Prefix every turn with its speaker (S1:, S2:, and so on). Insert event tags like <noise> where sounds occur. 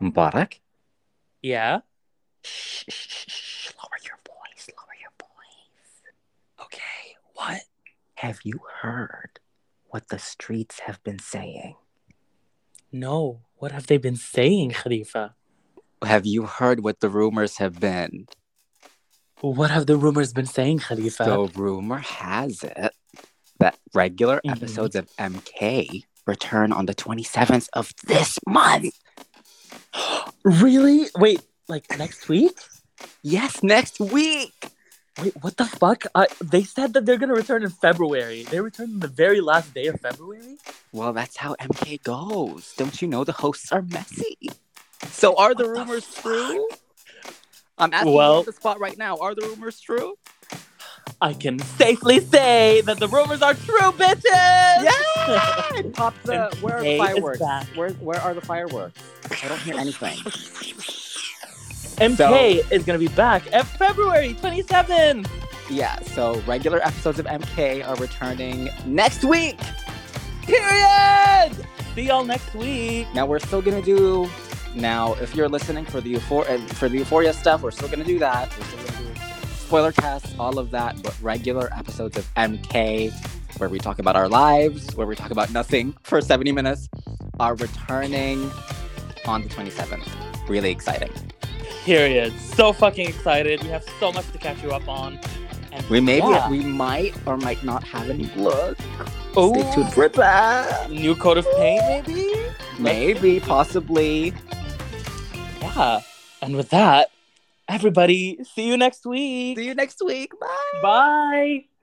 S1: Mubarak.
S2: Yeah.
S1: Shh, shh, shh, shh. Lower your voice. Lower your voice.
S2: Okay. What?
S1: Have you heard what the streets have been saying?
S2: No. What have they been saying, Khalifa?
S1: Have you heard what the rumors have been?
S2: What have the rumors been saying, Khalifa?
S1: So, rumor has it that regular
S2: Mhm.
S1: episodes of MK return on the 27th of this month.
S2: really? Wait, like next week?
S1: Yes, next week.
S2: Wait, what the fuck? I, they said that they're gonna return in February. They returned on the very last day of February.
S1: Well, that's how MK goes. Don't you know the hosts are messy? So, are the
S2: What the
S1: rumors
S2: fuck?
S1: true? I'm asking you
S2: Well-
S1: on the spot right now. Are the rumors true?
S2: I can safely say that the rumors are true, bitches.
S1: Yeah! <laughs> Pop the.
S2: And
S1: Where are
S2: MK
S1: the
S2: is
S1: fireworks?
S2: back.
S1: Where, where are the fireworks? I don't hear anything.
S2: MK is gonna be back at February 27th.
S1: <laughs> Yeah, so regular episodes of MK are returning next week. Period!
S2: See y'all next week.
S1: Now we're still gonna do. Now, if you're listening for the euphoria for the euphoria stuff, we're still gonna do that. We're still gonna do spoiler casts, all of that, but regular episodes of MK, where we talk about our lives, where we talk about nothing for 70 minutes, are returning on the 27th. Really exciting.
S2: Period. So fucking excited. We have so much to catch you up on. And
S1: We may
S2: yeah,
S1: be, we might or might not have any luck. Stay
S2: Ooh.
S1: tuned for that.
S2: new coat of paint, maybe.
S1: Maybe, possibly.
S2: Yeah. And with that, everybody, see you next week.
S1: See you next week. Bye.
S2: Bye.